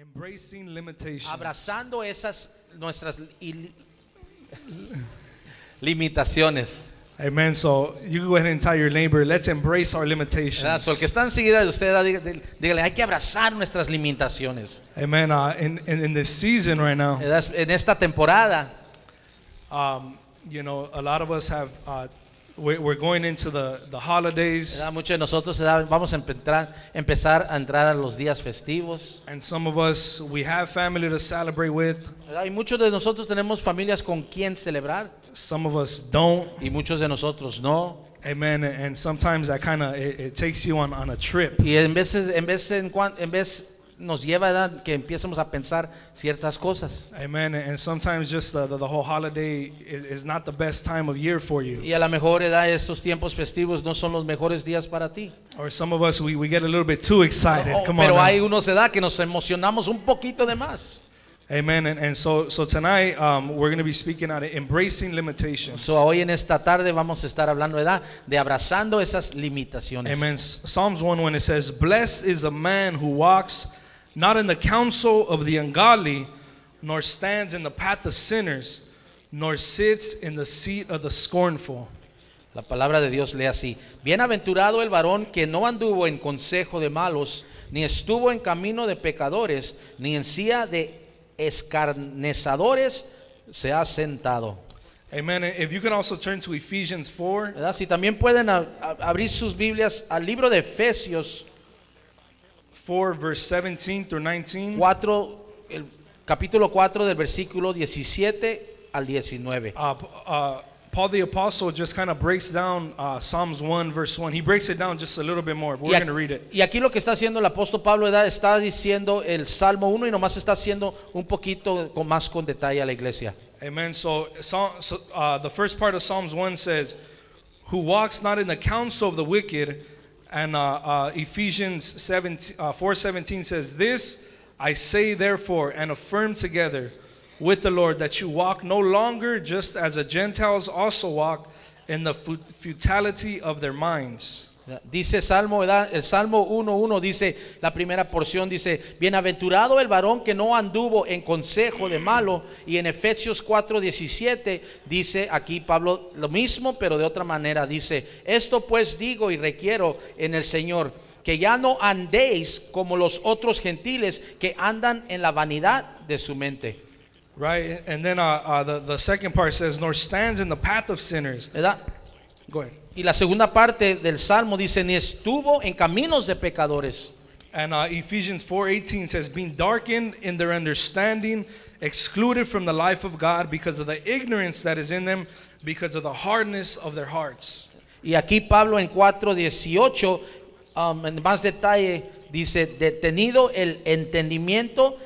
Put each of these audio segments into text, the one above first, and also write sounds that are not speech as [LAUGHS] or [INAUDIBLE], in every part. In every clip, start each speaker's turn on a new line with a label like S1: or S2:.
S1: Embracing limitations.
S2: abrazando esas nuestras il- limitaciones.
S1: Amen. So you go ahead and tell your neighbor, let's embrace our
S2: ¿verdad?
S1: limitations.
S2: So, el que está enseguida de usted, dí- dí- dígale, hay que abrazar nuestras limitaciones.
S1: Amen. Uh, in, in, in this season right now,
S2: ¿verdad? En esta temporada,
S1: um, you know, a lot of us have, uh, we're, we're going into the, the holidays,
S2: ¿verdad? muchos de nosotros ¿verdad? vamos a empezar, empezar a entrar a los días festivos.
S1: and some of us, we have family to celebrate with,
S2: ¿verdad? Y muchos de nosotros tenemos familias con quien celebrar
S1: some of us don't.
S2: y muchos de nosotros no.
S1: Amen. And- And sometimes that kind of, it, it takes you on, on a trip.
S2: Y en veces, en vez en, cuan- en vez nos lleva a que empecemos a pensar ciertas cosas.
S1: Amen. And sometimes just the, the, the whole holiday is, is not the best time of year for you.
S2: Y a la mejor edad estos tiempos festivos no son los mejores días para ti.
S1: Or some of us, we, we get a little bit too excited.
S2: Oh,
S1: Come on.
S2: pero
S1: now.
S2: hay unos edad que nos emocionamos un poquito de más.
S1: Amen. And, and so, so tonight, um, we're going to be speaking out of embracing limitations.
S2: So, uh, hoy en esta tarde vamos a estar hablando de edad, de abrazando esas limitaciones.
S1: Amen. S- Psalms 1 when it says, Blessed is a man who walks not in the counsel of the ungodly, nor stands in the path of sinners, nor sits in the seat of the scornful.
S2: La palabra de Dios lee así: Bienaventurado el varón que no anduvo en consejo de malos, ni estuvo en camino de pecadores, ni en silla de escarnezadores se ha sentado.
S1: Amen. And If you can also turn to Ephesians 4,
S2: ¿Verdad? Si también pueden a- a- abrir sus Biblias al libro de Efesios
S1: 4 verse 17 through 19.
S2: 4, el capítulo 4 del versículo 17 al 19.
S1: Uh, p- uh, Paul the Apostle just kind of breaks down uh, Psalms 1 verse 1. He breaks it down just a little bit more, but we're
S2: Y
S1: going
S2: ac-
S1: to read it.
S2: y aquí lo que está haciendo el apóstol Pablo ¿verdad? está diciendo el Salmo 1 y nomás está haciendo un poquito con, más con detalle a la iglesia.
S1: Amen. So, so, so uh, the first part of Psalms 1 says, Who walks not in the counsel of the wicked. And uh, uh, Ephesians 17, uh, 4 says, This I say therefore and affirm together with the Lord that you walk no longer just as the Gentiles also walk in the fu- futility of their minds.
S2: Dice Salmo, ¿verdad? el Salmo 1.1 dice, la primera porción dice, bienaventurado el varón que no anduvo en consejo de malo. Y en Efesios 4.17 dice aquí Pablo lo mismo, pero de otra manera. Dice, esto pues digo y requiero en el Señor, que ya no andéis como los otros gentiles que andan en la vanidad de su mente.
S1: Right? And then uh, uh, the, the second part says, Nor stands in the path of sinners.
S2: ¿Verdad?
S1: Go ahead.
S2: Y la segunda parte del Salmo dice, ni estuvo en caminos de pecadores.
S1: And uh, Ephesians 4:18 says, "Being darkened in their understanding, excluded from the life of God because of the ignorance that is in them, because of the hardness of their hearts."
S2: Y aquí Pablo en 4:18, um, en más detalle, dice: Detenido el entendimiento,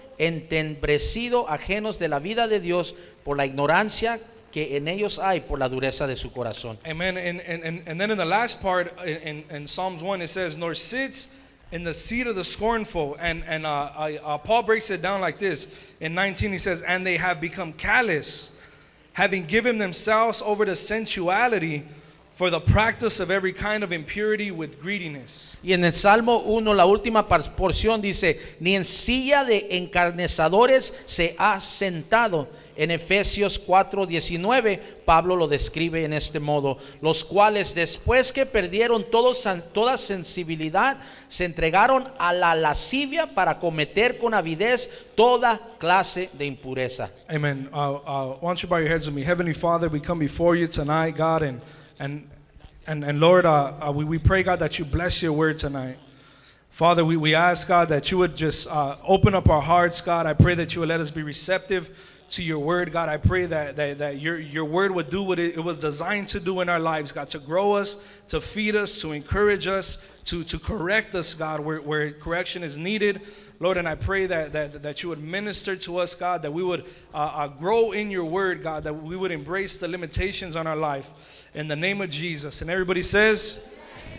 S2: entembrecido, ajenos de la vida de Dios por la ignorancia que en ellos hay por la dureza de su corazón.
S1: Amen. And and and, and then in the last part in, in, in Psalms 1 it says, "Nor sits in the seat of the scornful." And and uh, I, uh, Paul breaks it down like this. In 19 he says, "And they have become callous, having given themselves over to sensuality." For the practice of every kind of impurity with greediness.
S2: Y en el Salmo 1, la última par- porción dice, ni en silla de encarnezadores se ha sentado. En Efesios 4, 19, Pablo lo describe en este modo, los cuales después que perdieron todo san- toda sensibilidad, se entregaron a la lascivia para cometer con avidez toda clase de impureza.
S1: Amen. Uh, uh, why don't you bow your heads with me? Heavenly Father, we come before you tonight, God, and and and, and Lord, uh, uh, we, we pray, God, that you bless your word tonight. Father, we, we ask, God, that you would just uh, open up our hearts, God. I pray that you would let us be receptive to your word, God. I pray that, that, that your, your word would do what it, it was designed to do in our lives, God, to grow us, to feed us, to encourage us, to, to correct us, God, where, where correction is needed. Lord, and I pray that, that, that you would minister to us, God, that we would uh, uh, grow in your word, God, that we would embrace the limitations on our life. In the name of Jesus. And everybody says,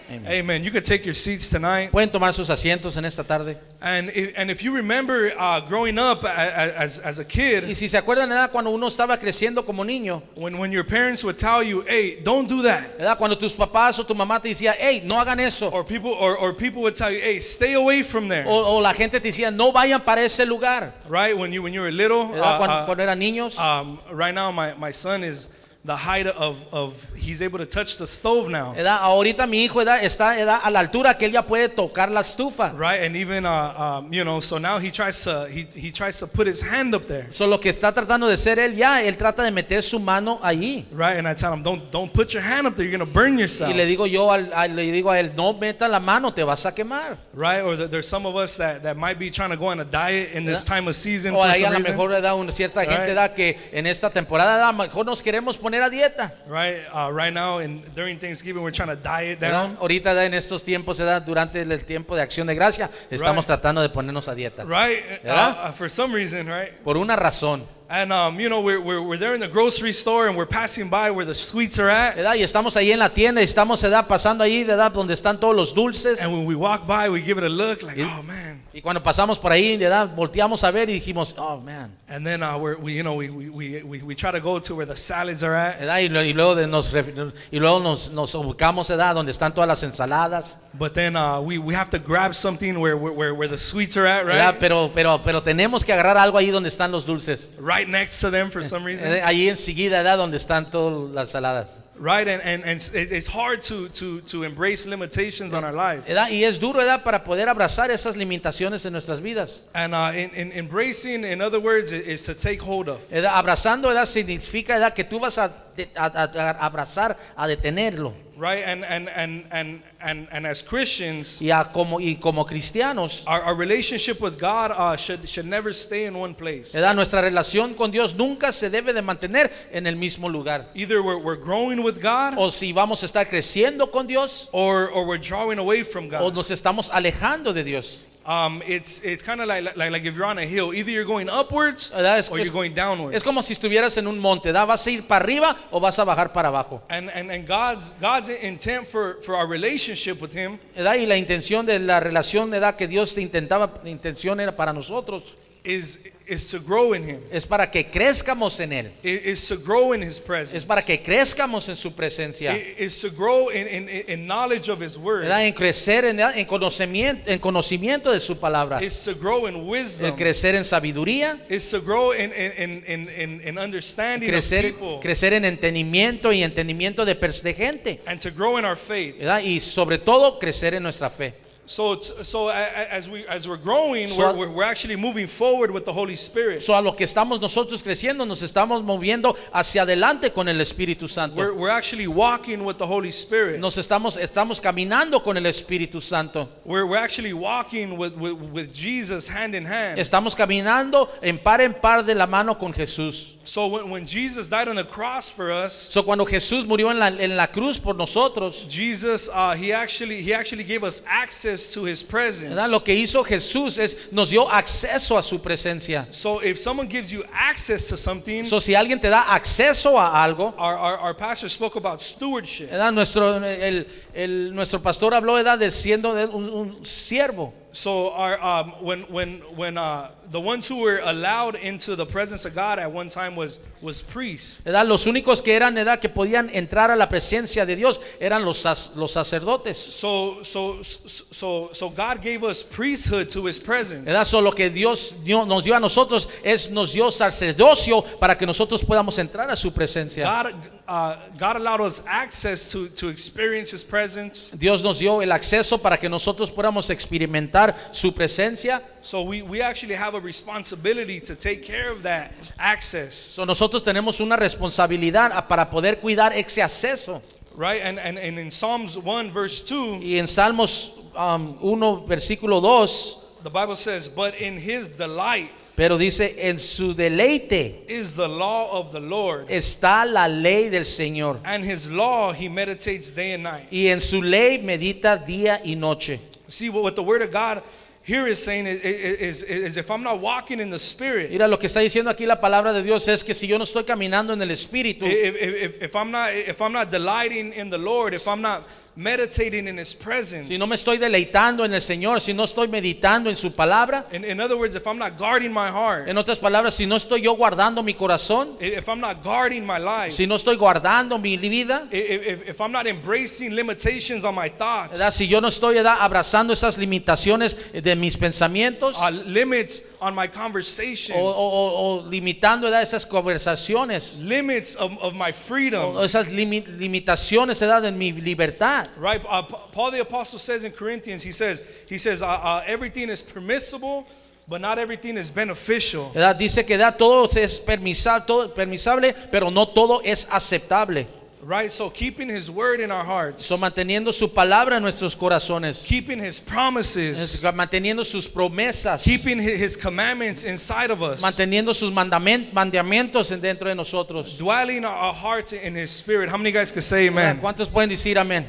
S2: Amen.
S1: Amen. You could take your seats tonight.
S2: Pueden tomar sus asientos en esta tarde.
S1: And if, and if you remember uh, growing up a- a- as, as a
S2: Y
S1: kid,
S2: si se acuerdan, ¿verdad? cuando uno estaba creciendo como niño,
S1: when, when your parents would tell you, hey, don't do that.
S2: ¿verdad? cuando tus papás o tu mamá te decía, hey, no hagan eso,
S1: Or people, or, or people would tell you, hey, stay away from there.
S2: o, o la gente te decía, no vayan para ese lugar,
S1: Right? When you, when you were little.
S2: ¿verdad?
S1: uh,
S2: cuando,
S1: uh,
S2: cuando eran niños.
S1: um, right now, my, my son is the height of, of, he's able to touch the stove now.
S2: ¿verdad? Ahorita mi hijo ¿verdad? está ¿verdad? a la altura que él ya puede tocar la estufa.
S1: Right? And even, uh, um, you know, so now he tries to, he, he tries to put his hand up there.
S2: Solo que está tratando de ser él ya, él trata de meter su mano allí.
S1: Right? And I tell him, don't, don't put your hand up there. You're going to burn yourself.
S2: Y le digo yo, al- al- le digo a él, no meta la mano, te vas a quemar.
S1: Right? Or that there's some of us that, that might be trying to go on a diet in this
S2: Yeah.
S1: time of season.
S2: O
S1: for
S2: ahí a
S1: some
S2: lo
S1: reason,
S2: mejor da una cierta
S1: Right.
S2: gente da que en esta temporada da, mejor nos queremos poner a dieta.
S1: Right? Uh, right now, and during Thanksgiving, we're trying to diet
S2: ¿verdad?
S1: down.
S2: Ahorita da en estos tiempos se da durante el- el tiempo de Acción de Gracia, estamos
S1: Right.
S2: tratando de ponernos a dieta.
S1: Right? Uh,
S2: Yeah.
S1: uh, for some reason, right?
S2: Por una razón,
S1: And, um, you know, we're, we're, we're there in the grocery store and we're passing by where the sweets are at.
S2: ¿verdad? Y estamos ahí en la tienda y estamos se da pasando ahí, ¿verdad? Donde están todos los dulces.
S1: And when we walk by, we give it a look like,
S2: Yeah.
S1: oh, man.
S2: Y cuando pasamos por ahí, ¿verdad? Volteamos a ver y dijimos, oh man.
S1: And then uh, we're, we, you know, we, we, we, we, we try to go to where the salads are at,
S2: ¿verdad? Y, lo- y luego, de nos, ref- y luego nos, nos ubicamos, ¿verdad? Donde están todas las ensaladas.
S1: but then uh, we, we have to grab something where, where, where, where the sweets are at,
S2: ¿verdad?
S1: right?
S2: Pero, pero, pero tenemos que agarrar algo ahí donde están los dulces.
S1: Right next to them for some reason.
S2: Eh, Ahí enseguida, ¿verdad? Donde están todas las saladas.
S1: Right, and, and, and it- it's hard to, to, to embrace limitations on our life.
S2: ¿verdad? Y es duro, ¿verdad? Para poder abrazar esas limitaciones en nuestras vidas.
S1: And uh, in, in embracing, in other words, i- is to take hold of.
S2: ¿verdad? Abrazando, ¿verdad? Significa, ¿verdad? Que tú vas a, de- a- a- a abrazar, a detenerlo.
S1: Right, and, and, and, and, and, and as Christians,
S2: Y, a, como, y como cristianos,
S1: our, our relationship with God uh, should, should never stay in one place.
S2: ¿verdad? Nuestra relación con Dios nunca se debe de mantener en el mismo lugar.
S1: Either we're, we're growing with God
S2: O si vamos a estar creciendo con Dios
S1: or, or we're drawing away from
S2: o
S1: God.
S2: nos estamos alejando de Dios.
S1: Um, it's it's kind of like, like, like if you're on a hill, either you're going upwards
S2: ¿verdad? Es,
S1: or
S2: es-
S1: you're going downwards.
S2: es como si estuvieras en un monte, ¿verdad? Vas a ir para arriba o vas a bajar para abajo.
S1: And, and, and God's, God's intent for, for our relationship with Him
S2: ¿verdad? Y la intención de la relación ¿verdad? que Dios te intentaba, la intención era para nosotros,
S1: is, is to grow in Him.
S2: es para que crezcamos en Él,
S1: i- is to grow in his presence.
S2: es para que crezcamos en su presencia,
S1: I- is to grow in, in, in knowledge of his word.
S2: ¿verdad? en crecer en, en conocimiento, en conocimiento de su palabra,
S1: Is to grow in wisdom.
S2: el crecer en sabiduría,
S1: Is to grow in, in, in, in, in understanding of
S2: crecer,
S1: people.
S2: crecer en entendimiento y entendimiento de, pers- de gente.
S1: And to grow in our faith.
S2: ¿verdad? Y sobre todo crecer en nuestra fe.
S1: So, t- so a- a- as we as we're growing,
S2: So-
S1: we're, we're, we're actually moving forward with the Holy Spirit.
S2: So, a lo que estamos nosotros creciendo, nos estamos moviendo hacia adelante con el Espíritu
S1: We're,
S2: Santo.
S1: we're actually walking with the Holy Spirit.
S2: Nos estamos, estamos caminando con el Espíritu Santo.
S1: We're, we're actually walking with, with, with Jesus hand in hand.
S2: Estamos caminando en par en par de la mano con Jesús.
S1: so when, when Jesus died on the cross for us,
S2: So, cuando Jesús murió en la, en la cruz por nosotros,
S1: Jesus, uh, he actually he actually gave us access to his presence.
S2: ¿verdad? lo que hizo Jesús es nos dio acceso a su presencia.
S1: So if someone gives you access to something,
S2: So, si alguien te da acceso a algo,
S1: our, our, our pastor spoke about stewardship.
S2: ¿verdad? Nuestro, el- el- nuestro pastor habló ¿verdad? de siendo de un, un siervo.
S1: So our um, when when when uh, the ones who were allowed into the presence of God at one time was was priests.
S2: ¿verdad? Los únicos que eran ¿verdad? que podían entrar a la presencia de Dios eran los, sac- los sacerdotes.
S1: So so so so God gave us priesthood to His presence.
S2: ¿verdad? So, lo que Dios dio- nos dio a nosotros es nos dio sacerdocio para que nosotros podamos entrar a su presencia.
S1: God uh, God allowed us access to to experience His presence.
S2: Dios nos dio el acceso para que nosotros podamos experimentar su presencia.
S1: So we we actually have a responsibility to take care of that access.
S2: So, nosotros tenemos una responsabilidad a- para poder cuidar ese acceso.
S1: Right? And, and, and in Psalms 1, verse 2,
S2: Y en Salmos um, 1, versículo 2,
S1: the Bible says, But in his delight
S2: pero dice, en su deleite
S1: is the law of the Lord,
S2: está la ley del Señor.
S1: and his law he meditates day and night.
S2: Y en su ley medita día y noche.
S1: See, what, what the word of God here is saying is, is, is, is if I'm not walking in the spirit,
S2: Mira, lo que está diciendo aquí la palabra de Dios es que si yo no
S1: Eh,
S2: estoy caminando en el Espíritu,
S1: if, if, if, if I'm not if I'm not delighting in the Lord, if I'm not meditating in His presence,
S2: si no me estoy deleitando en el Señor, si no estoy meditando en su palabra,
S1: in, in other words, if I'm not guarding my heart,
S2: en otras palabras, si no estoy yo guardando mi corazón,
S1: i- if I'm not guarding my life,
S2: si no estoy guardando mi vida,
S1: i- if, if, if I'm not embracing limitations on my thoughts,
S2: ¿verdad? si yo no estoy ¿verdad? abrazando esas limitaciones de mis pensamientos
S1: uh, limits on my
S2: o,
S1: conversations,
S2: Oh, o- o- o limitando ¿verdad? esas conversaciones,
S1: limits of, of my
S2: o-
S1: freedom,
S2: o esas limi- limitaciones ¿verdad? en mi libertad.
S1: Right, uh, Pa- Paul the apostle says in Corinthians, he says, he says, uh, uh, everything is permissible, but not everything is beneficial.
S2: ¿verdad? Dice que da todo es permisa- todo permisable, pero no todo es aceptable.
S1: Right, so keeping His word in our hearts,
S2: So, manteniendo su palabra en nuestros corazones,
S1: keeping His
S2: es-
S1: promises,
S2: manteniendo sus promesas,
S1: keeping Hi- His commandments inside of us,
S2: manteniendo sus mandamen- mandamientos en- dentro de nosotros.
S1: dwelling our- our hearts in His Spirit. How many guys can say Amen?
S2: ¿Cuántos pueden decir amén?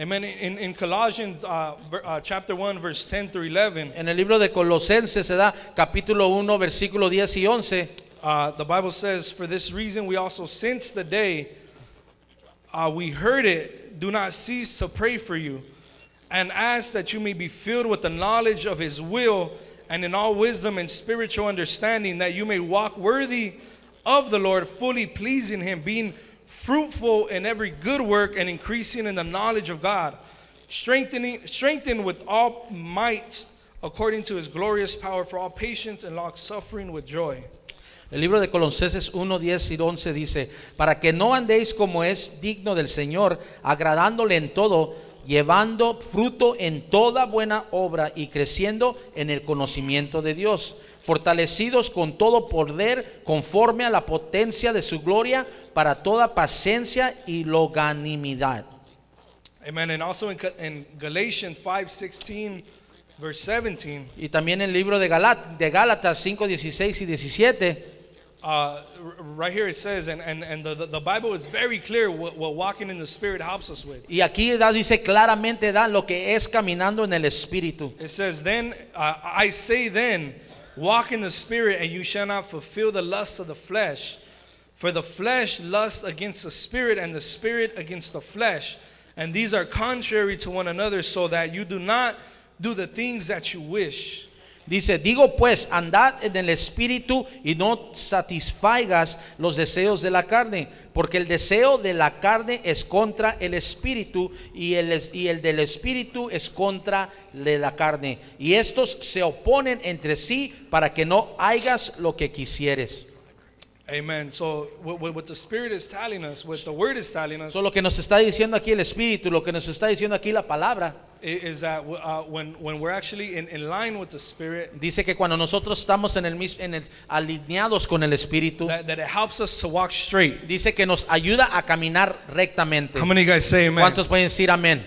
S1: Amen. In, in Colossians uh, ver- uh, chapter one, verse ten through eleven,
S2: En el libro de Colosenses se da capítulo 1, versículo 10 y 11.
S1: Uh, the Bible says, For this reason we also, since the day uh, we heard it, do not cease to pray for you and ask that you may be filled with the knowledge of His will and in all wisdom and spiritual understanding, that you may walk worthy of the Lord, fully pleasing Him, being fruitful in every good work and increasing in the knowledge of God, strengthening, strengthened with all might according to His glorious power for all patience and long suffering with joy.
S2: El libro de Colosenses 1, 10 y 11 dice, para que no andéis como es digno del Señor, agradándole en todo, llevando fruto en toda buena obra y creciendo en el conocimiento de Dios, fortalecidos con todo poder conforme a la potencia de su gloria, para toda paciencia y loganimidad.
S1: Amen. And also in, Co- in Galatians 5 16, verse 17,
S2: Y también el libro de, Galat, de Gálatas 5, 16 y 17.
S1: uh, r- right here it says, and, and, and the, the, the Bible is very clear what, what walking in the Spirit helps us with.
S2: Y aquí da, dice claramente da lo que es caminando en el Espíritu.
S1: It says, Then uh, I say, then, walk in the Spirit, and you shall not fulfill the lusts of the flesh. For the flesh lusts against the Spirit, and the Spirit against the flesh. And these are contrary to one another, so that you do not do the things that you wish.
S2: Dice, digo pues, andad en el espíritu y no satisfagas los deseos de la carne, porque el deseo de la carne es contra el espíritu y el, es- y el del espíritu es contra de la carne. Y estos se oponen entre sí para que no hagas lo que quisieres.
S1: Amen. So what, what, what the Spirit is telling us, what the Word is telling us,
S2: So, lo que nos está diciendo aquí el espíritu, lo que nos está diciendo aquí la palabra,
S1: i- is that uh, when when we're actually in, in line with the Spirit,
S2: dice que cuando nosotros estamos en el, mis- en el- alineados con el espíritu,
S1: that, that it helps us to walk straight.
S2: dice que nos ayuda a caminar rectamente.
S1: How many guys say Amen?
S2: ¿Cuántos pueden decir amén?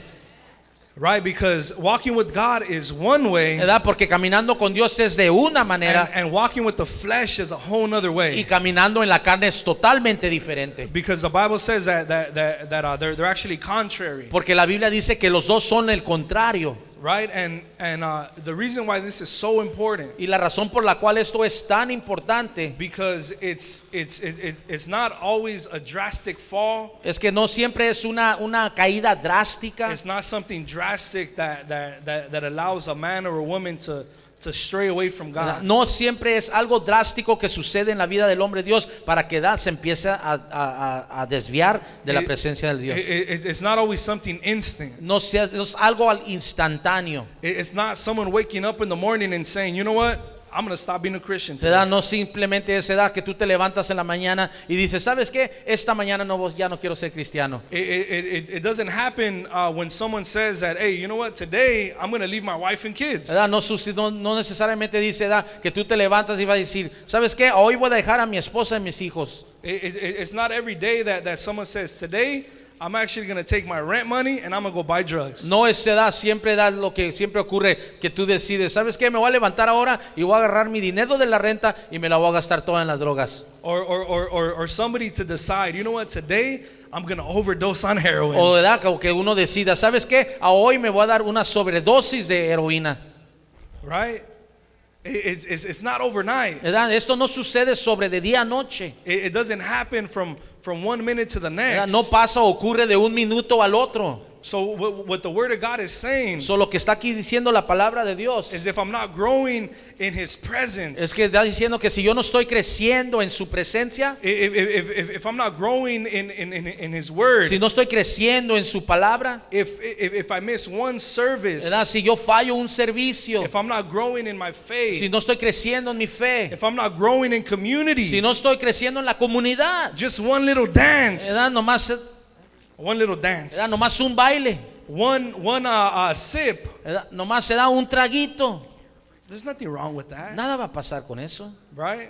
S1: Right, because walking with God is one way, and,
S2: ¿Verdad? Porque caminando con Dios es de una manera
S1: and walking with the flesh is a whole nother
S2: y
S1: way.
S2: caminando en la carne es totalmente diferente.
S1: Because the Bible says that that that, that uh, they're they're actually contrary,
S2: Porque la Biblia dice que los dos son el contrario.
S1: right? And and uh, the reason why this is so important
S2: Y la razón por la cual esto es tan importante
S1: because it's it's it- it- it's not always a drastic fall.
S2: es que no siempre es una, una caída drástica.
S1: It's not something drastic that, that, that, that allows a man or a woman to, to stray away from
S2: ¿verdad?
S1: God.
S2: No siempre es algo drástico que sucede en la vida del hombre Dios para que da- se empiece a, a- a- a desviar de la
S1: It-
S2: presencia del Dios.
S1: It- it- it's not always something instant.
S2: No, sea- no es algo al instantáneo.
S1: It- It's not someone waking up in the morning and saying, you know what? I'm going to stop being a Christian.
S2: Se
S1: today."
S2: da no simplemente esa edad que tú te levantas en la mañana y dices, ¿sabes qué? Esta mañana no vos ya no quiero ser cristiano.
S1: It, it, it, it doesn't happen uh, when someone says that, hey, you know what? Today I'm going to leave my wife and kids.
S2: ¿Verdad? No, sus- no, no necesariamente dice edad que tú te levantas y vas a decir, ¿sabes qué? Hoy voy a dejar a mi esposa y mis hijos.
S1: It- it- it- it's not every day that, that someone says, today I'm actually going to take my rent money and I'm going to go buy drugs.
S2: No es edad, siempre da lo que siempre ocurre, que tú decides, ¿sabes qué? Me voy a levantar ahora y voy a agarrar mi dinero de la renta y me la voy a gastar toda en las drogas.
S1: Or, or, or, or, or somebody to decide, you know what? Today I'm going to overdose on heroin.
S2: O edad o que uno decida, ¿sabes qué? A hoy me voy a dar una sobredosis de heroína.
S1: right? It- It's, it's, it's not overnight.
S2: ¿Verdad? Esto no sucede sobre de día a noche.
S1: It, it doesn't happen from, from one minute to the
S2: ¿verdad?
S1: next.
S2: No pasa, ocurre de un minuto al otro.
S1: So what, what the word of God is saying
S2: So, lo que está aquí diciendo la palabra de Dios
S1: is if I'm not growing in his presence,
S2: es que está diciendo que si yo no estoy creciendo en su presencia,
S1: if, if, if, if I'm not growing in, in, in, in his word,
S2: si no estoy creciendo en su palabra,
S1: if, if, if I miss one service,
S2: ¿verdad? si yo fallo un servicio,
S1: if I'm not growing in my faith,
S2: si no estoy creciendo en mi fe,
S1: if I'm not growing in community,
S2: si no estoy creciendo en la comunidad,
S1: just one little dance,
S2: ¿verdad? Nomás,
S1: one little dance,
S2: ¿verdad? nomás un baile,
S1: one, one uh, uh, sip,
S2: ¿verdad? nomás se da un traguito,
S1: there's nothing wrong with that,
S2: nada va a pasar con eso.
S1: right?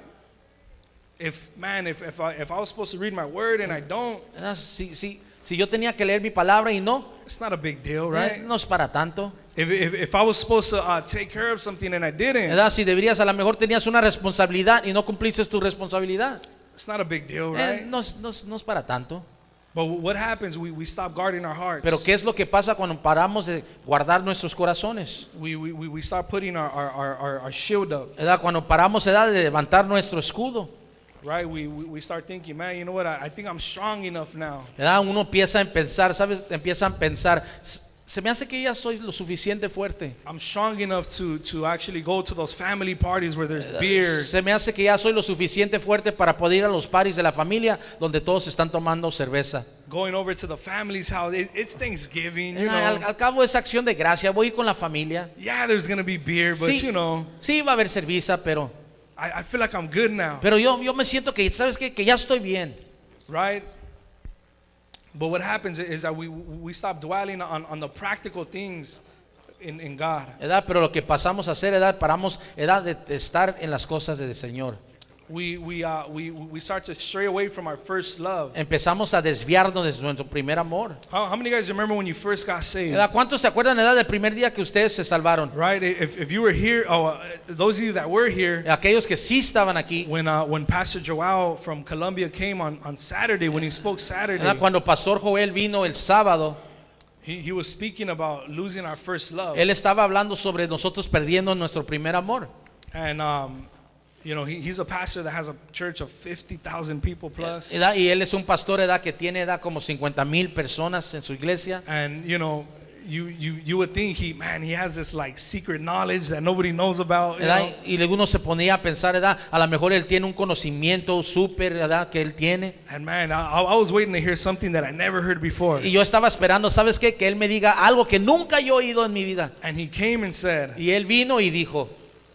S1: If man, if, if, I, if I was supposed to read my word and I don't,
S2: ¿verdad? Si, si, si yo tenía que leer mi palabra y no,
S1: it's not a big deal,
S2: ¿verdad?
S1: right?
S2: no es para tanto.
S1: If, if, if I was supposed to uh, take care of something and I didn't,
S2: ¿verdad? Si deberías, a lo mejor tenías una responsabilidad y no cumpliste tu responsabilidad.
S1: it's not a big deal,
S2: Eh,
S1: right?
S2: no, es- no es- no es para tanto.
S1: But what happens? We, we stop guarding our hearts.
S2: Pero ¿qué es lo que pasa cuando paramos de guardar nuestros corazones?
S1: we, we, we, we start putting our, our, our, our, our shield up,
S2: ¿Verdad? Cuando paramos ¿verdad? de levantar nuestro escudo.
S1: right? We, we, we start thinking, man, you know what? I, I think I'm strong enough now.
S2: ¿verdad? Uno empieza a pensar, ¿sabes? Empiezan a pensar, "S- se me hace que ya soy lo suficiente fuerte.
S1: I'm strong enough to, to actually go to those family parties where there's beer.
S2: Se me hace que ya soy lo suficiente fuerte para poder ir a los paris de la familia donde todos están tomando cerveza.
S1: Going over to the family's house. It, it's Thanksgiving, you
S2: ¿Verdad? Al,
S1: know.
S2: al cabo es acción de gracia, voy a ir con la familia.
S1: Yeah, there's gonna be beer, but
S2: Sí,
S1: you know,
S2: sí va a haber cerveza, pero,
S1: I, I feel like I'm good now,
S2: pero yo, yo me siento que, ¿sabes qué? Que ya estoy bien.
S1: right? But what happens is that we we stop dwelling on, on the practical things in, in God.
S2: ¿verdad? Pero lo que pasamos a hacer, edad, paramos, edad de de estar en las cosas del Señor.
S1: We we uh, we we start to stray away from our first love.
S2: Empezamos a desviarnos de nuestro primer amor.
S1: How, how many guys remember when you first got saved?
S2: ¿Edad? ¿Cuántos se acuerdan, edad, del primer día que ustedes se salvaron?
S1: Right? If, if you were here, oh, uh, those of you that were here,
S2: Aquellos que sí estaban aquí,
S1: when uh, when Pastor Joao from Colombia came on, on Saturday, when he spoke Saturday,
S2: ¿verdad? cuando Pastor Joel vino el sábado,
S1: he, he was speaking about losing our first love.
S2: él estaba hablando sobre nosotros perdiendo nuestro primer amor.
S1: And, um, you know, he, he's a pastor that has a church of 50,000 people plus.
S2: ¿edad? Y él es un pastor, edad, que tiene, edad, como 50 mil personas en su iglesia.
S1: And, you know, you, you, you would think he, man, he has this like secret knowledge that nobody knows about. You
S2: ¿edad?
S1: know?
S2: Y luego uno se ponía a pensar, edad, a lo mejor él tiene un conocimiento súper, edad, que él tiene.
S1: And man, I, I was waiting to hear something that I never heard before.
S2: Y yo estaba esperando, ¿sabes qué? Que él me diga algo que nunca yo he oído en mi vida.
S1: And he came and said,
S2: Y él vino y dijo,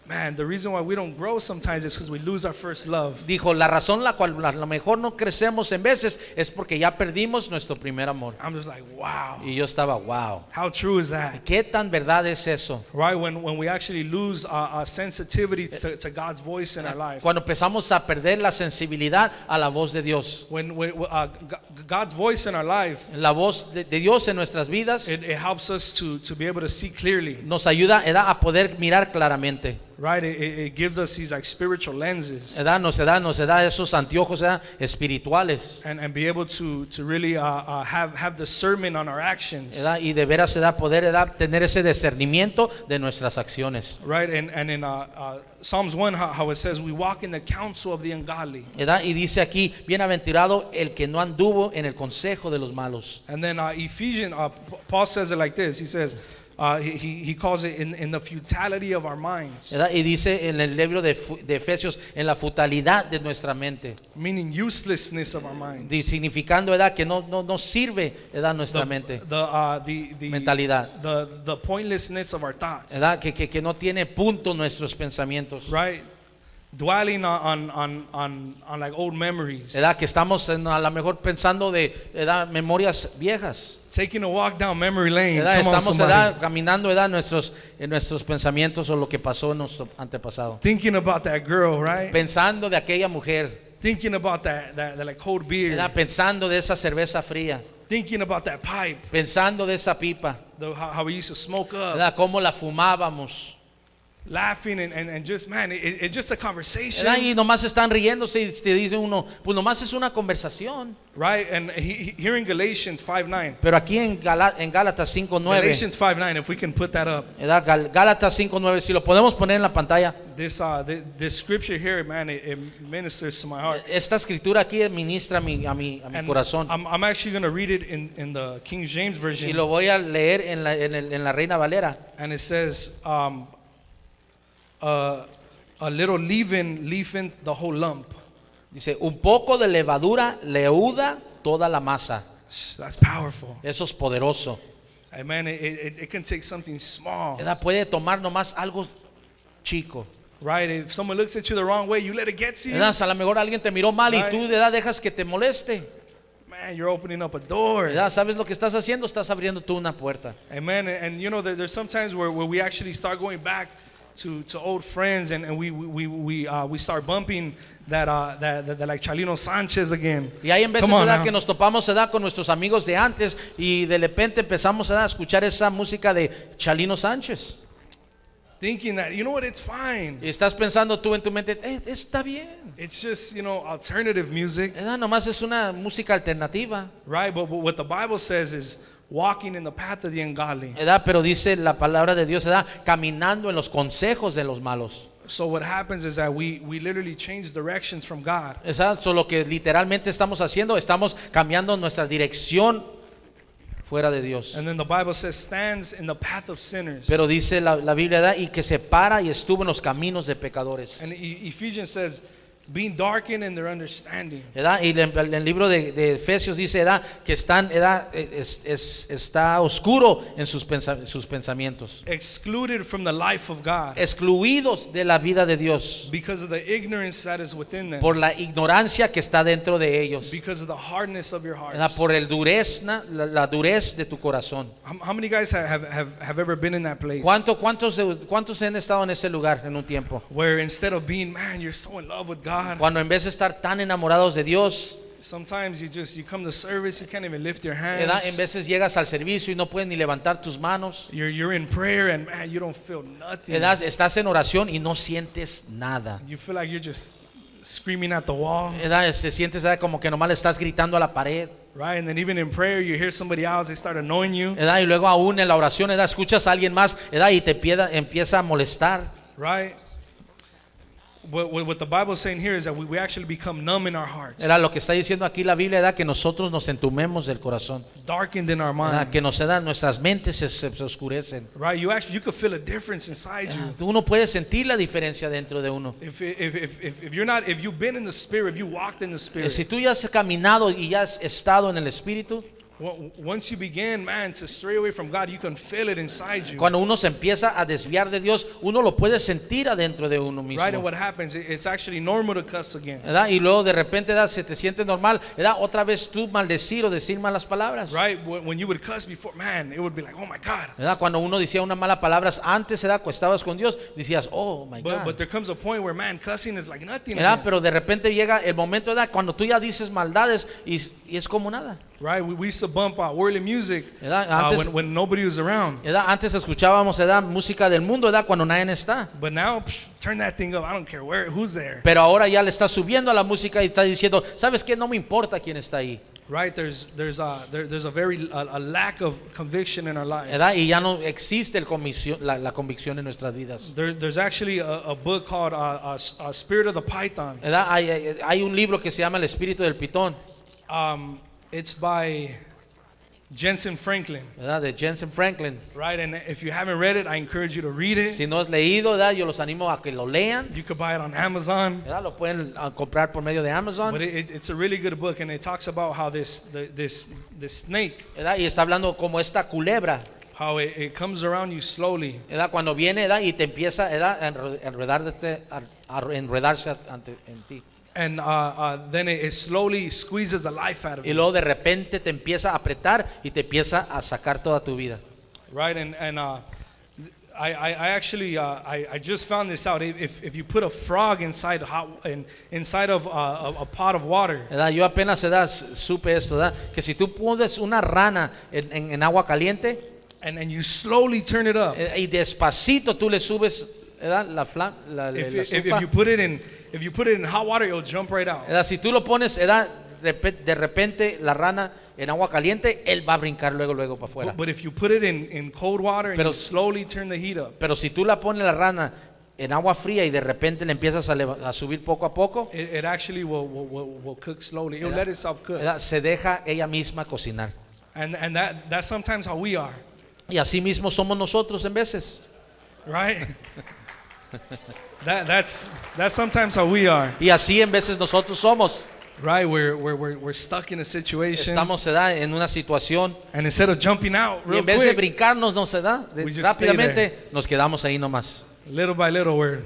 S1: man, the reason why we don't grow sometimes is because we lose our first love.
S2: dijo, la razón la cual a lo mejor no crecemos en veces es porque ya perdimos nuestro primer amor.
S1: I'm just like, wow,
S2: Y yo estaba, wow,
S1: how true is that?
S2: ¿qué tan verdad es eso?
S1: Right when, when we actually lose our, our sensitivity to, to God's voice in our life.
S2: Cuando empezamos a perder la sensibilidad a la voz de Dios.
S1: When, when uh, G- God's voice in our life,
S2: La voz de, de Dios en nuestras vidas
S1: it, it helps us to, to be able to see clearly,
S2: nos ayuda ¿verdad? a poder mirar claramente.
S1: right? It, it it gives us these like spiritual lenses
S2: ¿verdad? Nos da, nos da esos anteojos ¿verdad? espirituales.
S1: and, and be able to, to really uh, uh, have, have discernment on our actions,
S2: ¿verdad? Y de veras se da poder ¿verdad? tener ese discernimiento de nuestras acciones.
S1: right? And, and in uh, uh, Psalms 1, how, how it says, we walk in the counsel of the ungodly.
S2: ¿verdad? Y dice aquí, bienaventurado el que no anduvo en el consejo de los malos.
S1: And then uh, Ephesians, uh, P- Paul says it like this. He says, uh, he, he he calls it in, in the futility of our minds,
S2: ¿verdad? Y dice en el libro de, Fu- de Efesios, en la futilidad de nuestra mente,
S1: meaning uselessness of our minds.
S2: di- significando ¿verdad? que no, no, no sirve ¿verdad? nuestra mente,
S1: the, uh, the, the,
S2: Mentalidad.
S1: The, the pointlessness of our thoughts.
S2: ¿verdad? Que, que, que no tiene punto nuestros pensamientos.
S1: Right? Dwelling on, on, on, on, on like old memories.
S2: ¿verdad? Que estamos en- a lo mejor pensando de ¿verdad? memorias viejas.
S1: Taking a walk down memory lane.
S2: ¿verdad?
S1: Come on,
S2: Estamos
S1: somebody.
S2: ¿verdad? caminando ¿verdad? Nuestros, en nuestros pensamientos o lo que pasó en nuestro antepasado.
S1: Thinking about that girl, right?
S2: Pensando de aquella mujer,
S1: Thinking about that, that, that like cold beer.
S2: ¿verdad? pensando de esa cerveza fría,
S1: Thinking about that pipe.
S2: pensando de esa pipa,
S1: The, how, how we used to smoke up.
S2: ¿verdad? cómo la fumábamos.
S1: laughing and, and, and just, man, it, it's just a conversation,
S2: ¿verdad? Y nomás están riéndose y te dice uno, pues nomás es una conversación.
S1: right? And he, he- here in Galatians 5 9,
S2: Pero aquí en, Gala- en Gálatas 5.9,
S1: Galatians 5 9, if we can put that up,
S2: ¿verdad? Gal- Gálatas 5.9, si lo podemos poner en la pantalla,
S1: this, uh, this, this scripture here, man, it, it ministers to my heart.
S2: esta escritura aquí ministra a mi, a mi, a mi
S1: And
S2: corazón.
S1: I'm, I'm actually going to read it in, in the King James
S2: Y
S1: Version.
S2: lo voy a leer en la, en el- en la Reina Valera.
S1: And it says, um, uh, a little leaven, leaven the whole lump.
S2: Dice, un poco de levadura leuda toda la masa.
S1: That's powerful.
S2: Eso es poderoso.
S1: Amen. It, it, it can take something small,
S2: ¿Verdad? Puede tomar nomás algo chico.
S1: right? If someone looks at you the wrong way, you let it get to you.
S2: ¿Verdad? A lo mejor alguien te miró mal y tú de edad dejas que te moleste.
S1: Man, you're opening up a door.
S2: ¿Verdad? ¿Sabes lo que estás haciendo? Estás abriendo tú una puerta.
S1: Amen. And, and you know, there, there's sometimes where, where we actually start going back to, to old friends and, and we, we, we, we, uh, we start bumping that, uh, that, that, that like Chalino Sanchez again.
S2: Y hay en veces
S1: Come on
S2: ¿verdad?
S1: now.
S2: que nos topamos edad con nuestros amigos de antes y de repente empezamos ¿verdad? a escuchar esa música de Chalino Sánchez.
S1: Thinking that, you know what, it's fine.
S2: Y estás pensando tú en tu mente, "Eh, está bien.
S1: It's just, you know, alternative music,
S2: ¿Verdad? Nomás es una música alternativa.
S1: right? But, but what the Bible says is walking in the path of the ungodly.
S2: ¿verdad? Pero dice la palabra de Dios, ¿verdad? Caminando en los consejos de los malos.
S1: So what happens is that we, we literally change directions from God.
S2: Exacto, lo que literalmente estamos haciendo, estamos cambiando nuestra dirección fuera de Dios.
S1: And then the Bible says, stands in the path of sinners.
S2: Pero dice la, la Biblia, ¿verdad? Y que se para y estuvo en los caminos de pecadores.
S1: and E- Ephesians says, being darkened in their understanding.
S2: ¿verdad? Y en el libro de, de Efesios dice, ¿verdad? Que están, ¿verdad? Es- es- está oscuro en sus, pensa- sus pensamientos.
S1: excluded from the life of God
S2: Excluidos de la vida de Dios
S1: because of the ignorance that is within them,
S2: por la ignorancia que está dentro de ellos.
S1: because of the hardness of your
S2: ¿verdad?
S1: hearts.
S2: por el durezna, la, la durez de tu corazón.
S1: How how many guys have, have, have, have ever been in that place
S2: ¿Cuánto, cuántos, de- ¿Cuántos han estado en ese lugar en un tiempo?
S1: where instead of being, man, you're so in love with God,
S2: Cuando en vez de estar tan enamorados de Dios,
S1: sometimes you just, you come to service, you can't even lift your
S2: ¿verdad? en
S1: hands.
S2: veces llegas al servicio y no puedes ni levantar tus manos.
S1: You're, you're in prayer and man, you don't feel nothing.
S2: ¿verdad? Estás en oración y no sientes nada.
S1: You feel like you're just screaming at the wall,
S2: ¿verdad? Te este, sientes ¿verdad? como que nomás le estás gritando a la pared.
S1: right? And then even in prayer, you hear somebody else, they start annoying you,
S2: ¿verdad? Y luego aún en la oración ¿verdad? escuchas a alguien más ¿verdad? y te pieda- empieza a molestar.
S1: right? What, what, what the Bible's saying here is that we, we actually become numb in our hearts.
S2: Era lo que está diciendo aquí la Biblia, ¿verdad? que nosotros nos entumemos del corazón.
S1: darkened in our
S2: ¿verdad?
S1: mind.
S2: que nos dan nuestras mentes se, se- se oscurecen.
S1: Right? You actually you could feel a difference inside you.
S2: Uno puede sentir la diferencia dentro de uno.
S1: If, if, if, if, if you're not if you've been in the spirit, if you walked in the
S2: Eh, Si
S1: spirit,
S2: tú ya has caminado y ya has estado en el Espíritu,
S1: on- once you begin, man, to stray away from God, you can feel it inside you.
S2: cuando uno se empieza a desviar de Dios, uno lo puede sentir adentro de uno mismo.
S1: Right? And what happens? it- It's actually normal to cuss again.
S2: ¿verdad? Y luego de repente ¿verdad? se te siente normal, ¿verdad? otra vez tú maldecir o decir malas palabras.
S1: Right? When when you would cuss before, man, it would be like, oh my God.
S2: ¿verdad? Cuando uno decía unas malas palabras, antes ¿verdad? cuando estabas con Dios, decías, oh my
S1: But,
S2: God.
S1: but there comes a point where, man, cussing is like nothing.
S2: ¿verdad?
S1: again.
S2: Pero de repente llega el momento ¿verdad? cuando tú ya dices maldades y, y es como nada.
S1: Right? We, we used to bump out whirly music
S2: Yeah,
S1: uh,
S2: antes-
S1: when, when nobody was around.
S2: ¿verdad? Antes escuchábamos ¿verdad? música del mundo ¿verdad? cuando nadie está.
S1: But now, psh, turn that thing up. I don't care where, who's there.
S2: Pero ahora ya le está subiendo a la música y está diciendo, ¿sabes qué? No me importa quién está ahí.
S1: Right, there's there's a there, there's a very a, a lack of conviction in our lives.
S2: ¿verdad? Y ya no existe el comisio- la, la convicción en nuestras vidas.
S1: There, there's actually a, a book called uh, uh, S- uh, Spirit of the Python.
S2: ¿verdad? Hay, hay- hay un libro que se llama El Espíritu del Pitón,
S1: Um, it's by Jensen Franklin.
S2: ¿verdad? de Jensen Franklin.
S1: Right, and if you haven't read it, I encourage you to read it.
S2: Si no has leído, ¿verdad? yo los animo a que lo lean.
S1: You could buy it on Amazon.
S2: ¿verdad? Lo pueden ah, comprar por medio de
S1: But
S2: Amazon.
S1: it, it, it's a really good book, and it talks about how this the, this this snake,
S2: ¿verdad? Y está hablando como esta culebra,
S1: how it, it comes around you slowly,
S2: ¿verdad? cuando viene ¿verdad? y te empieza ¿verdad? a enro- enredarte- a- a enredarse ante- en ti.
S1: and uh, uh, then it, it slowly squeezes the life out of
S2: Y
S1: you.
S2: luego de repente te empieza a apretar y te empieza a sacar toda tu vida.
S1: Right, and and uh, I, I I actually uh, I, I just found this out. If, if you put a frog inside hot in, inside of uh, a, a pot of water,
S2: ¿verdad? Yo apenas ¿verdad? supe esto, ¿verdad? que si tú pones una rana en, en- en agua caliente
S1: and and you slowly turn it up,
S2: eh, y despacito tú le subes ¿verdad? La fla- la- la-
S1: If,
S2: la
S1: if, if
S2: estufa.
S1: you put it in, if you put it in hot water, it'll jump right out.
S2: ¿verdad? Si tú lo pones, ¿verdad? de pe- de repente la rana en agua caliente, él va a brincar luego, luego para afuera.
S1: But if you put it in, in cold water and
S2: Pero-
S1: you slowly turn the heat up,
S2: Pero si tú la pones la rana en agua fría y de repente le empiezas a, leva- a subir poco a poco,
S1: it, it actually will, will, will, will cook slowly. It'll let itself cook.
S2: ¿verdad? se deja ella misma cocinar.
S1: And, and that, that's sometimes how we are,
S2: Y así mismo somos nosotros en veces. [LAUGHS]
S1: right? that, that's, that's sometimes how we are,
S2: Y así en veces nosotros somos.
S1: right? We're, we're, we're, we're stuck in a situation.
S2: Estamos se da, en una situación
S1: And instead of jumping out
S2: y
S1: real
S2: en vez de
S1: quick,
S2: brincarnos nos se da de-
S1: We just stay
S2: rápidamente nos quedamos ahí nomás.
S1: little by little, we're,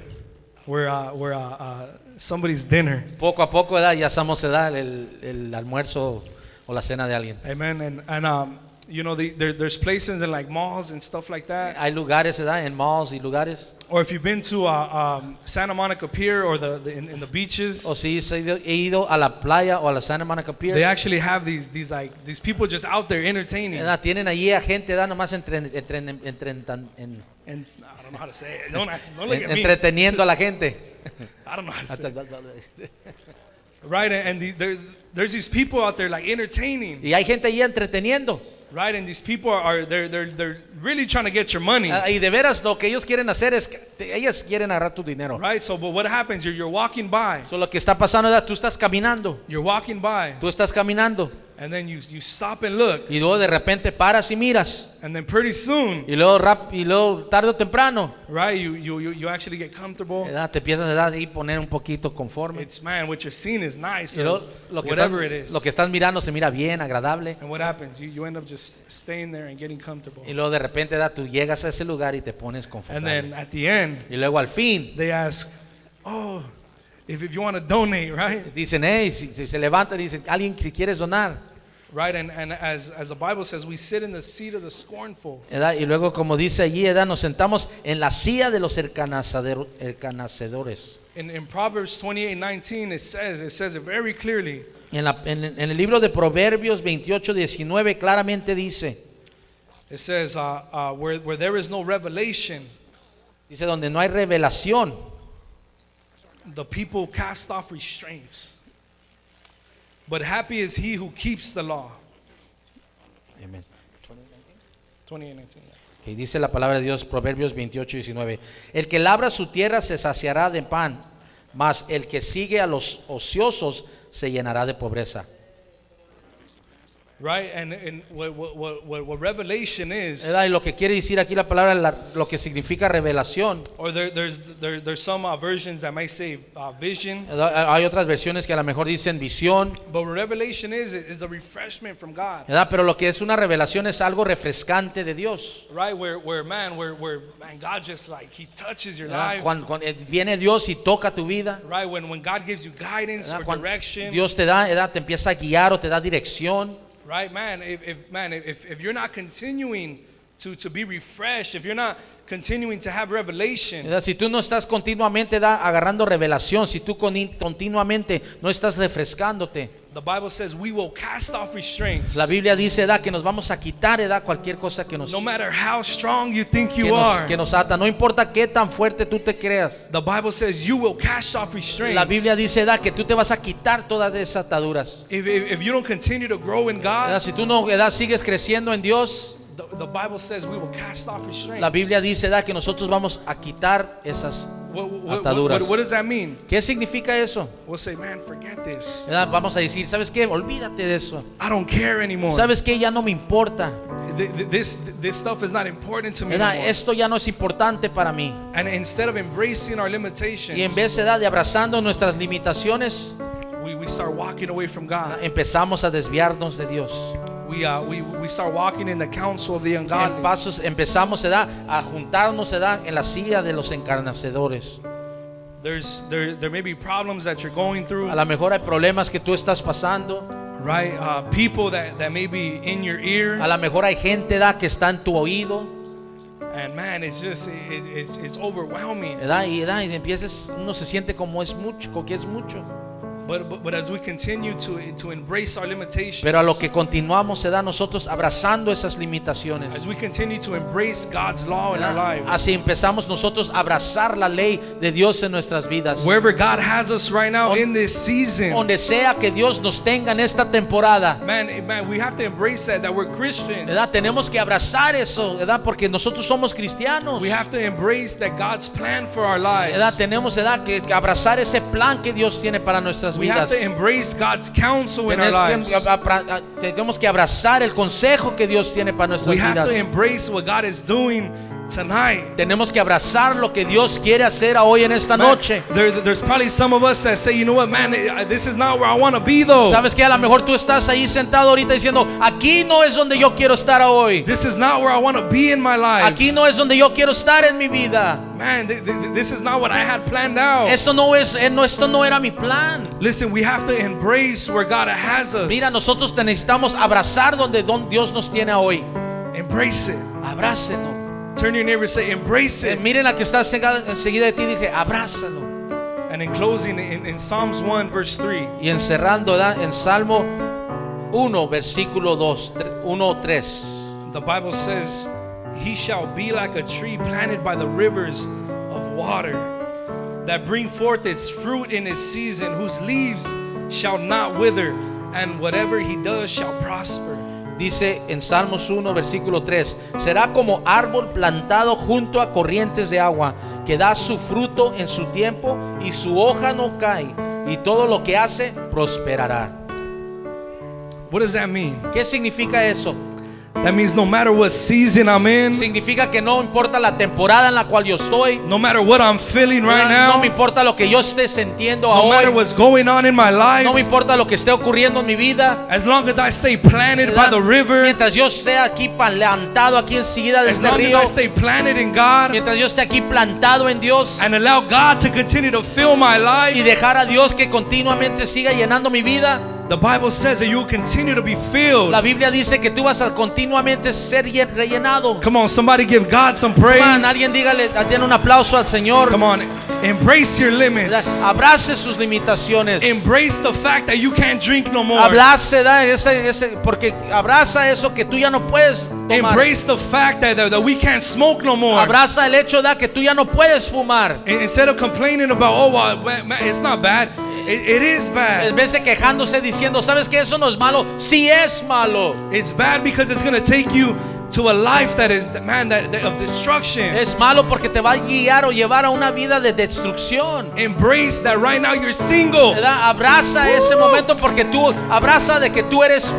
S1: we're, uh, we're uh, uh, somebody's dinner.
S2: Poco a poco ¿verdad? ya estamos se da el, el almuerzo o la cena de alguien.
S1: Amen. And, and um, you know, the, there, there's places in like malls and stuff like that.
S2: Hay lugares se da en malls y lugares.
S1: Or if you've been to uh, um, Santa Monica Pier or the, the in, in the beaches,
S2: O si he ido, he ido a la playa o a la Santa Monica Pier.
S1: they actually have these these like these people just out there entertaining.
S2: ¿verdad? Tienen allí a gente ¿verdad? nomás entren- entren- entren- en-
S1: And I don't know how to say it. Don't, ask, don't look
S2: en-
S1: at me.
S2: entreteniendo a la gente.
S1: [LAUGHS] I don't know how to say it. Right. And the, there, there's these people out there like entertaining.
S2: Y hay gente allí entreteniendo.
S1: Right. And these people are, are they're, they're, they're really trying to get your money.
S2: Ah, Y de veras lo que ellos quieren hacer es que te- ellas quieren agarrar tu dinero.
S1: Right. So, but what happens? You're, you're walking by.
S2: So, lo que está pasando es tú estás caminando,
S1: You're walking by,
S2: tú estás caminando
S1: and then you you stop and look,
S2: y luego de repente paras y miras
S1: and then pretty soon,
S2: y luego rap- y luego tarde o temprano
S1: right? You you you, you actually get comfortable.
S2: ¿verdad? te empiezas a y poner un poquito conforme.
S1: Oh. It's man, what you're seeing is nice,
S2: Y
S1: or
S2: luego lo que,
S1: whatever
S2: estás-
S1: it is.
S2: lo que estás mirando se mira bien, agradable.
S1: And what happens? You you end up just staying there and getting comfortable.
S2: Y luego de repente ¿verdad? tú llegas a ese lugar y te pones
S1: And
S2: confortable.
S1: then at the end,
S2: Y luego al fin
S1: they ask, "Oh, if if you want to donate, right?
S2: dicen, hey, si, si se levanta, dicen, alguien si quieres donar.
S1: Right? And and as as the Bible says, we sit in the seat of the scornful.
S2: ¿verdad? Y luego, como dice allí, ¿verdad? nos sentamos en la silla de los cercanazadero- cercanacedores.
S1: In in Proverbs 28:19, it says it says it very clearly.
S2: En, la- en- en el libro de Proverbios 28, 19 claramente dice,
S1: It says, uh, uh, where, where there is no revelation,
S2: dice, donde no hay revelación,
S1: the people cast off restraints. But happy is he who keeps the law.
S2: Amén.
S1: 2819.
S2: que dice la palabra de Dios, Proverbios 28, 19, el que labra su tierra se saciará de pan, mas el que sigue a los ociosos se llenará de pobreza.
S1: Right? And, and what, what, what, what, what revelation is,
S2: ¿Verdad? Y lo que quiere decir aquí la palabra, la- lo que significa revelación,
S1: or there, there's, there, there's some uh, versions that might say uh, vision,
S2: ¿verdad? Ah, hay otras versiones que a lo mejor dicen visión,
S1: but what revelation is, is a refreshment from God.
S2: ¿verdad? Pero lo que es una revelación es algo refrescante de Dios.
S1: Right? Where, where man, where, where, man, God just like, he touches your
S2: ¿verdad?
S1: life.
S2: Cuando, cuando, eh, viene Dios y toca tu vida.
S1: Right? When, when God gives you guidance
S2: ¿verdad?
S1: or
S2: Cuando
S1: direction.
S2: Dios te da, ¿verdad? te empieza a guiar o te da dirección.
S1: Right, man. If, if man, if, if you're not continuing to, to be refreshed, if you're not continuing to have revelation,
S2: ¿verdad? Si tú no estás continuamente ¿verdad? agarrando revelación, si tú con- continuamente no estás refrescándote,
S1: the Bible says we will cast off restraints.
S2: la Biblia dice ¿verdad? que nos vamos a quitar ¿verdad? cualquier cosa que nos,
S1: No matter how strong you think
S2: que
S1: you
S2: nos,
S1: are,
S2: que nos ata, no importa qué tan fuerte tú te creas.
S1: the Bible says you will cast off restraints.
S2: La Biblia dice ¿verdad? que tú te vas a quitar todas esas ataduras.
S1: If, if, if you don't continue to grow in
S2: ¿verdad?
S1: God,
S2: Si tú no ¿verdad? sigues creciendo en Dios,
S1: the, the Bible says we will cast off restraints.
S2: La Biblia dice da que nosotros vamos a quitar esas
S1: What, what, what,
S2: ataduras.
S1: what, what does that mean?
S2: ¿Qué significa eso?
S1: We'll say, man, forget this.
S2: ¿Verdad? Vamos a decir, ¿sabes qué? Olvídate de eso.
S1: I don't care anymore.
S2: ¿Sabes qué? Ya no me importa.
S1: Th- th- This, this stuff is not important to me
S2: ¿Verdad?
S1: anymore.
S2: Esto ya no es importante para mí.
S1: And instead of embracing our limitations,
S2: Y en vez ¿verdad? de abrazando nuestras limitaciones,
S1: we, we start walking away from God.
S2: empezamos a desviarnos de Dios.
S1: We, uh, we, we start walking in the counsel of the
S2: En
S1: ungodly.
S2: pasos empezamos ¿verdad? a juntarnos ¿verdad? en la silla de los encarnacedores.
S1: There's, there, there may be problems that you're going
S2: A
S1: through,
S2: lo mejor hay problemas que tú estás pasando.
S1: right? Uh, people that, that may be in your
S2: A
S1: ear.
S2: lo mejor hay gente ¿verdad? que está en tu oído.
S1: And man, it's just, it, it's, it's overwhelming.
S2: Edad y edad y empiezas, uno se siente como es mucho, como que es mucho.
S1: But, but, but as we continue to, to embrace our limitations,
S2: Pero a lo que continuamos se da a nosotros abrazando esas limitaciones.
S1: as we continue to embrace God's law in our lives,
S2: Así empezamos nosotros a abrazar la ley de Dios en nuestras vidas.
S1: wherever God has us right now in this season,
S2: Donde sea que Dios nos tenga en esta temporada,
S1: man, eh, man, we have to embrace that, that we're Christians.
S2: ¿verdad? Tenemos que abrazar eso, ¿verdad? Porque nosotros somos cristianos.
S1: We have to embrace that God's plan for our
S2: ¿verdad?
S1: lives.
S2: Tenemos ¿verdad? Que, que abrazar ese plan que Dios tiene para nuestras
S1: We have
S2: vidas.
S1: to embrace God's counsel in our
S2: Tenés que
S1: lives.
S2: abra- abra- tenemos que abrazar el consejo que Dios tiene para nuestras
S1: We have to
S2: vidas.
S1: embrace what God is doing tonight.
S2: Tenemos que abrazar lo que Dios quiere hacer a hoy en esta
S1: Man,
S2: noche.
S1: there- there's probably some of us that say, you know what, man, eh, this is not where I want to be though.
S2: Sabes que a lo mejor tú estás ahí sentado ahorita diciendo, aquí no es donde yo quiero estar hoy.
S1: This is not where I want to be in my life.
S2: Aquí no es donde yo quiero estar en mi vida.
S1: Man, th- th- this is not what I had planned out.
S2: Esto no es, eh, no, esto no era mi plan.
S1: Listen, we have to embrace where God has us.
S2: Mira, nosotros te necesitamos abrazar donde don Dios nos tiene hoy.
S1: Embrace it.
S2: Abrácenos.
S1: Turn to your neighbor and say, embrace
S2: Eh,
S1: it.
S2: miren la que está cegada- enseguida de ti dice, abrázalo.
S1: And in closing, in, in Psalms 1, verse 3,
S2: Y encerrando ¿verdad? en Salmo 1, versículo 2, 1, 3.
S1: the Bible says, He shall be like a tree planted by the rivers of water that bring forth its fruit in its season, whose leaves shall not wither, and whatever he does shall prosper.
S2: Dice en Salmos 1, versículo 3, será como árbol plantado junto a corrientes de agua, que da su fruto en su tiempo y su hoja no cae, y todo lo que hace prosperará.
S1: What does that mean?
S2: ¿Qué significa eso?
S1: That means no matter what season I'm in,
S2: Significa que no importa la temporada en la cual yo estoy,
S1: no matter what I'm feeling right
S2: no
S1: now,
S2: me importa lo que yo esté sintiendo
S1: no matter
S2: ahora,
S1: what's going on in my
S2: no
S1: life,
S2: me importa lo que esté ocurriendo en mi vida,
S1: as long as I stay planted by
S2: ¿verdad?
S1: the river,
S2: Mientras yo esté aquí plantado aquí enseguida de
S1: as
S2: este
S1: long as
S2: río,
S1: I stay planted in God,
S2: mientras yo esté aquí plantado en Dios
S1: and allow God to continue to fill my
S2: y
S1: life,
S2: dejar a Dios que continuamente siga llenando mi vida,
S1: the Bible says that you will continue to be filled.
S2: la Biblia dice que tú vas a continuamente ser llen- rellenado.
S1: Come on, somebody give God some praise.
S2: Man, alguien dígale, den un aplauso al Señor.
S1: Come on, embrace your limits.
S2: ¿verdad? Abrace sus limitaciones.
S1: Embrace the fact that you can't drink no more.
S2: Abrace, da, ese, ese- porque abraza eso que tú ya no puedes tomar.
S1: Embrace the fact that, that, that we can't smoke no more.
S2: Abraza el hecho da que tú ya no puedes fumar.
S1: In- Instead of complaining about, oh, well, man, man, it's not bad, it, it is
S2: En
S1: bad.
S2: vez de quejándose diciendo, ¿sabes que eso no es malo? Sí es malo.
S1: It's bad because it's going to take you to a life that is, man, that, that of destruction.
S2: Es malo porque te va a guiar o llevar a una vida de destrucción.
S1: Embrace that right now you're single.
S2: ¿Verdad? Abraza ese momento porque tú abraza de que tú eres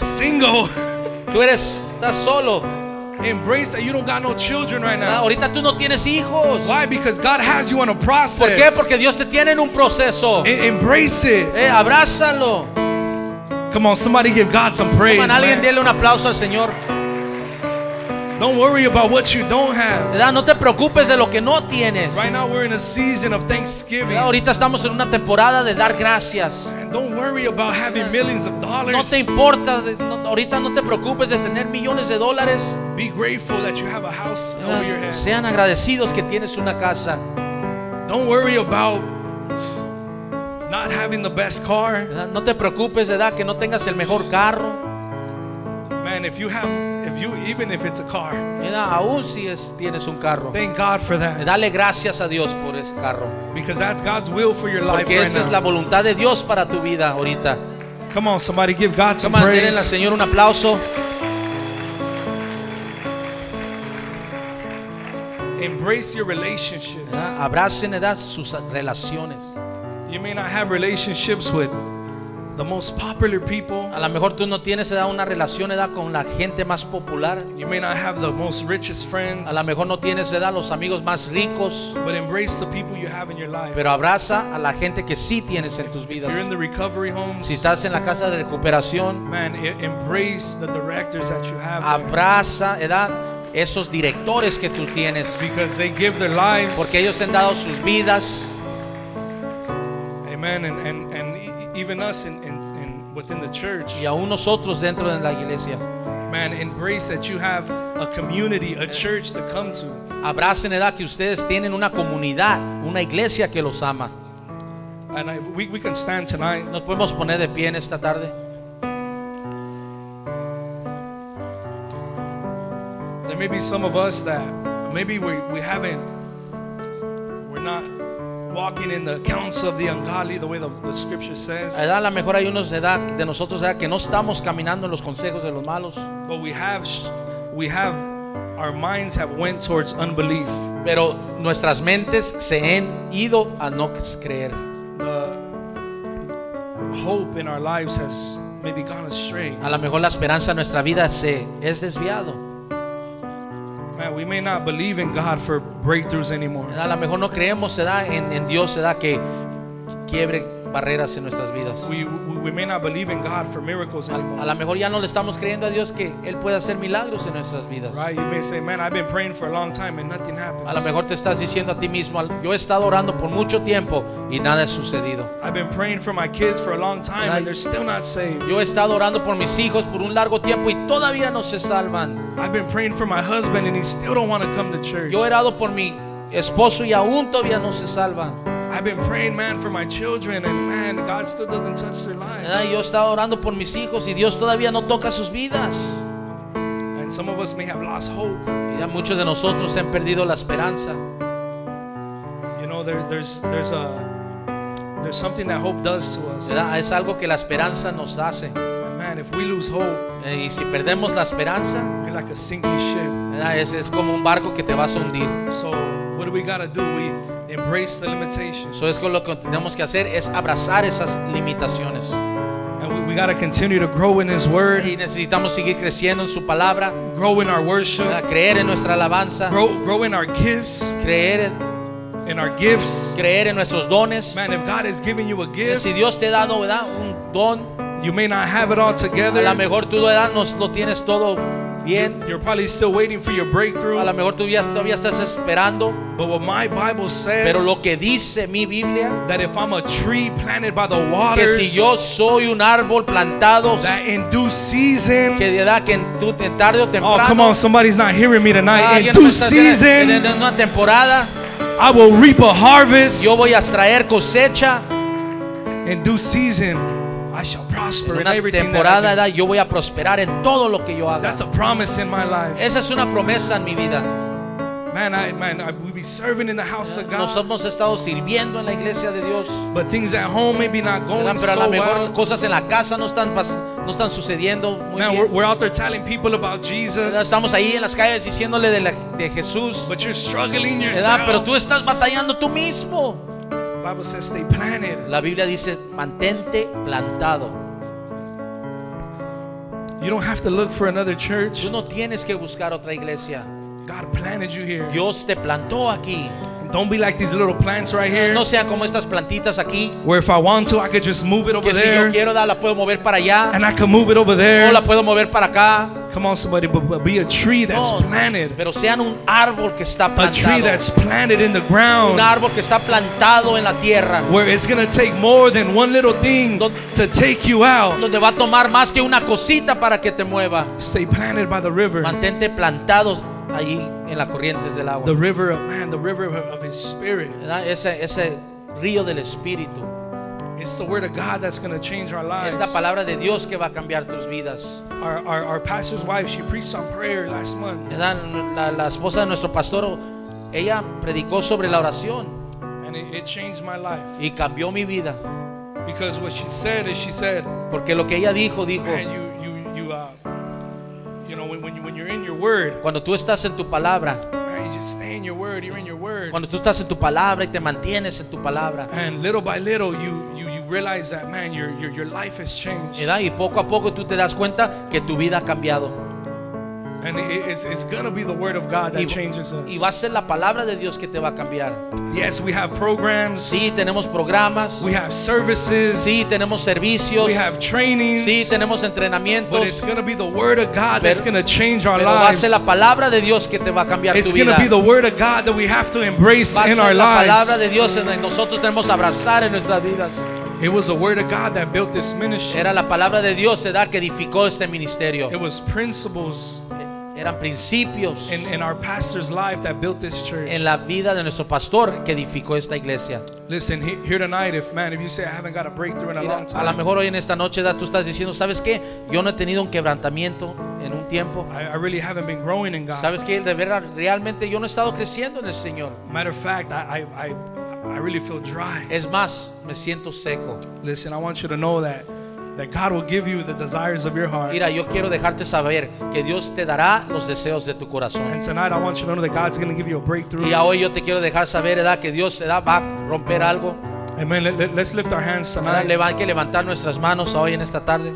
S1: Single. [LAUGHS]
S2: tú eres estás solo.
S1: Embrace that you don't got no children right
S2: ¿Verdad?
S1: now.
S2: Ahorita tú no tienes hijos.
S1: Why? Because God has you on a process.
S2: ¿Por qué? Porque Dios te tiene en un proceso.
S1: E- embrace it.
S2: Eh, abrázalo.
S1: Come on, somebody give God some praise.
S2: Man, alguien
S1: man.
S2: déle un aplauso al Señor.
S1: Don't worry about what you don't have.
S2: ¿Verdad? No te preocupes de lo que no tienes.
S1: Right now, we're in a season of Thanksgiving.
S2: ¿Verdad? Ahorita estamos en una temporada de dar gracias.
S1: And don't worry about having millions of
S2: No
S1: dollars.
S2: te importa, de- no- ahorita no te preocupes de tener millones de dólares.
S1: Be grateful that you have a house
S2: Ah,
S1: over your head.
S2: Sean agradecidos que tienes una casa.
S1: Don't worry about not having the best car.
S2: ¿verdad? No te preocupes, ¿verdad? Que no tengas el mejor carro.
S1: Man, if you have, if you, even if it's a car,
S2: Mira, aún si es, tienes un carro.
S1: thank God for that.
S2: Dale gracias a Dios por ese carro.
S1: Because that's God's will for your life
S2: Porque
S1: right
S2: esa es la
S1: now.
S2: voluntad de Dios para tu vida ahorita.
S1: Come on, somebody give God some
S2: Toma, denle al
S1: praise.
S2: Señor un aplauso.
S1: Embrace your relationships.
S2: ¿verdad? Abracen, ¿verdad? Sus relaciones.
S1: You may not have relationships with the most popular people.
S2: A lo mejor tú no tienes, ¿verdad? Una relación, ¿verdad? Con la gente más popular.
S1: You may not have the most richest friends,
S2: A lo mejor no tienes, ¿verdad? Los amigos más ricos.
S1: but embrace the people you have in your life.
S2: Pero abraza a la gente que sí tienes en tus
S1: if
S2: vidas.
S1: you're in the recovery homes,
S2: Si estás en la casa de recuperación,
S1: man, e- embrace the directors that you have
S2: Ah,
S1: there,
S2: abraza, edad, esos directores que tú tienes,
S1: because they give their lives.
S2: porque ellos han dado sus vidas,
S1: Amen. And, and, and e- even us in, in, in within the church,
S2: y aún nosotros dentro de la iglesia.
S1: man, embrace that you have a community, a church to come to.
S2: Abracen, edad, que ustedes tienen una comunidad, una iglesia que los ama.
S1: And I, we, we can stand tonight.
S2: Nos podemos poner de pie en esta tarde.
S1: There may be some of us that maybe we, we haven't, we're not walking in the counts of the ungodly the way the, the scripture
S2: A
S1: says,
S2: edad, a lo mejor hay unos de edad de nosotros de edad que no estamos caminando en los consejos de los malos,
S1: but we have, sh- we have, our minds have went towards unbelief.
S2: pero nuestras mentes se han ido a no creer.
S1: The hope in our lives has maybe gone astray.
S2: A lo mejor la esperanza de nuestra vida se es desviado.
S1: Man, we may not believe in God for breakthroughs anymore.
S2: A lo mejor no creemos se da en, en Dios se da que quiebre barreras en nuestras vidas.
S1: We, we, we may not believe in God for miracles
S2: A, a
S1: anymore.
S2: lo mejor ya no le estamos creyendo a Dios que él puede hacer milagros en nuestras vidas.
S1: Right? You may say, man, I've been praying for a long time and nothing happens.
S2: A lo mejor te estás diciendo a ti mismo, "Al- yo he estado orando por mucho tiempo y nada ha sucedido.
S1: I've been praying for my kids for a long time and they're still not saved.
S2: Yo he estado orando por mis hijos por un largo tiempo y todavía no se salvan.
S1: I've been praying for my husband and he still don't want to come to church.
S2: Yo he orado por mi esposo y aún todavía no se salvan.
S1: I've been praying, man, for my children and man, God still doesn't touch their
S2: ¿Verdad?
S1: lives.
S2: Yo he estado orando por mis hijos y Dios todavía no toca sus vidas.
S1: And some of us may have lost hope.
S2: Y ya muchos de nosotros han perdido la esperanza.
S1: You know, there, there's there's a there's something that hope does to us.
S2: ¿Verdad? Es algo que la esperanza nos hace.
S1: Man, if we lose hope,
S2: Eh, Y si perdemos la esperanza,
S1: we're like a sinking ship.
S2: ¿verdad? es, es como un barco que te vas a hundir.
S1: So what do we gotta do? We embrace the limitations.
S2: Eso es con lo que tenemos que hacer, es abrazar esas limitaciones.
S1: And we, we gotta continue to grow in his word,
S2: Y necesitamos seguir creciendo en su palabra,
S1: grow in our worship,
S2: ¿verdad? creer en nuestra alabanza,
S1: grow grow in our gifts,
S2: creer en,
S1: in our gifts.
S2: creer en nuestros dones.
S1: Man, if God has given you a gift,
S2: Si Dios te ha dado ¿verdad? un don,
S1: you may not have it all
S2: a lo
S1: together.
S2: mejor tú ¿verdad? no lo tienes todo bien,
S1: You're probably still waiting for your
S2: a lo
S1: breakthrough.
S2: mejor tú ya, todavía estás esperando,
S1: But what my Bible
S2: pero lo
S1: says
S2: que dice mi Biblia,
S1: that if I'm a tree planted by the
S2: que si
S1: waters,
S2: yo soy un árbol plantado,
S1: that in due season.
S2: que de edad que en tu en tarde o
S1: Oh, come on,
S2: temprano, ah,
S1: somebody's not hearing me tonight. In
S2: alguien no
S1: due
S2: está haciendo- en,
S1: season,
S2: en una temporada,
S1: I will reap a harvest.
S2: yo voy a extraer cosecha.
S1: In due season, I shall prosper in
S2: una
S1: everything that I
S2: temporada
S1: do.
S2: edad, yo voy a prosperar en todo lo que yo haga.
S1: That's a promise in my life.
S2: Esa es una promesa en mi vida. Eh.
S1: Man, I man, I, we be serving in the house of
S2: Nos
S1: God,
S2: hemos estado sirviendo en la iglesia de Dios.
S1: but things at home maybe not
S2: ¿verdad?
S1: going
S2: Pero a
S1: so
S2: lo mejor
S1: well.
S2: cosas en la casa no están, pas- no están sucediendo muy
S1: Man, we're,
S2: bien.
S1: we're out there telling people about
S2: ¿verdad?
S1: Jesus,
S2: Estamos ahí en las calles diciéndole de, la- de Jesús.
S1: but you're struggling
S2: ¿verdad? Pero tú
S1: yourself.
S2: estás batallando tú mismo.
S1: The Bible says stay planted.
S2: La Biblia dice, mantente plantado.
S1: You don't have to look for another church.
S2: Tú no tienes que buscar otra iglesia.
S1: God planted you here.
S2: Dios te plantó aquí.
S1: Don't be like these little plants right here.
S2: No sea como estas plantitas aquí.
S1: Where if I want to, I could just move it over
S2: Que si yo
S1: there,
S2: quiero, da, la puedo mover para allá.
S1: and I could move it over
S2: No
S1: there.
S2: la puedo mover para acá.
S1: Come on, somebody, but, but be a tree that's
S2: No,
S1: planted,
S2: pero sean un árbol que está
S1: a tree
S2: Oh, plantado.
S1: that's planted in the
S2: Un
S1: ground,
S2: árbol que está plantado en la tierra.
S1: where it's gonna take more than one little thing
S2: Don-
S1: to take you out.
S2: Donde va a tomar más que una cosita para que te mueva.
S1: Stay planted by the river,
S2: Mantente plantado allí en las corrientes del agua.
S1: the river of man, the river of, of His Spirit.
S2: ¿Verdad? Ese, ese río del Espíritu.
S1: It's the Word of God that's gonna change our
S2: Es
S1: lives.
S2: la palabra de Dios que va a cambiar tus vidas.
S1: Our, our, our pastor's wife, she preached on prayer last month,
S2: ¿Verdad? La, la esposa de nuestro pastor, ella predicó sobre la oración
S1: and it, it changed my life
S2: y cambió mi vida.
S1: because what she said is she said.
S2: Porque lo que ella dijo, dijo,
S1: Man, you you you uh, you know when when, you, when you're in your word,
S2: cuando tú estás en tu palabra,
S1: man, you just stay in your word. You're in your word,
S2: Cuando tú estás en tu palabra y te mantienes en tu palabra,
S1: and little by little, you you you realize that man, your your your life has changed,
S2: ¿verdad? y poco a poco tú te das cuenta que tu vida ha cambiado.
S1: and it, it's it's gonna be the word of God
S2: Y,
S1: that changes us.
S2: y va a ser la palabra de Dios que te va a cambiar.
S1: Yes, we have programs,
S2: Sí, tenemos programas,
S1: we have services,
S2: sí, tenemos servicios,
S1: we have trainings,
S2: sí, tenemos
S1: but it's
S2: entrenamientos,
S1: gonna be the word of God that's
S2: Pero-
S1: gonna change our
S2: pero va a
S1: lives.
S2: ser la palabra de Dios que te va a cambiar
S1: It's
S2: tu vida.
S1: gonna be the word of God that we have to embrace
S2: Va a
S1: in
S2: ser
S1: our
S2: la palabra
S1: lives.
S2: de Dios en la que nosotros tenemos que abrazar en nuestras vidas.
S1: It was the word of God that built this ministry.
S2: Era la palabra de Dios, edad que edificó este ministerio.
S1: It was principles
S2: eran principios
S1: in, in our pastor's life that built this church.
S2: en la vida de nuestro pastor que edificó esta iglesia.
S1: Listen, he- here tonight, if man, if you say I haven't got a breakthrough in a
S2: Mira,
S1: long
S2: a lo
S1: time,
S2: mejor hoy en esta noche da, tú estás diciendo, ¿sabes qué? Yo no he tenido un quebrantamiento en un tiempo.
S1: I, I really haven't been growing in God.
S2: ¿Sabes qué? De verdad, realmente yo no he estado creciendo en el Señor.
S1: Matter of fact, I, I, I, I really feel dry.
S2: Es más, me siento seco.
S1: Listen, I want you to know that that God will give you the desires of your heart.
S2: Mira, yo quiero dejarte saber que Dios te dará los deseos de tu corazón.
S1: And tonight, I want you to know that God's going to give you a breakthrough.
S2: Y a hoy yo te quiero dejar saber, edad, que Dios se da, va a romper algo.
S1: Amen. Let, let, us lift our hands
S2: Hermana,
S1: tonight.
S2: le- Hay que levantar nuestras manos hoy en esta tarde.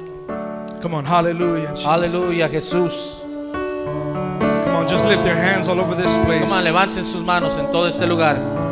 S1: Come on, hallelujah. Jesus.
S2: Aleluya, Jesús.
S1: Come on, just lift your hands all over this place.
S2: Come on, levanten sus manos en todo este lugar.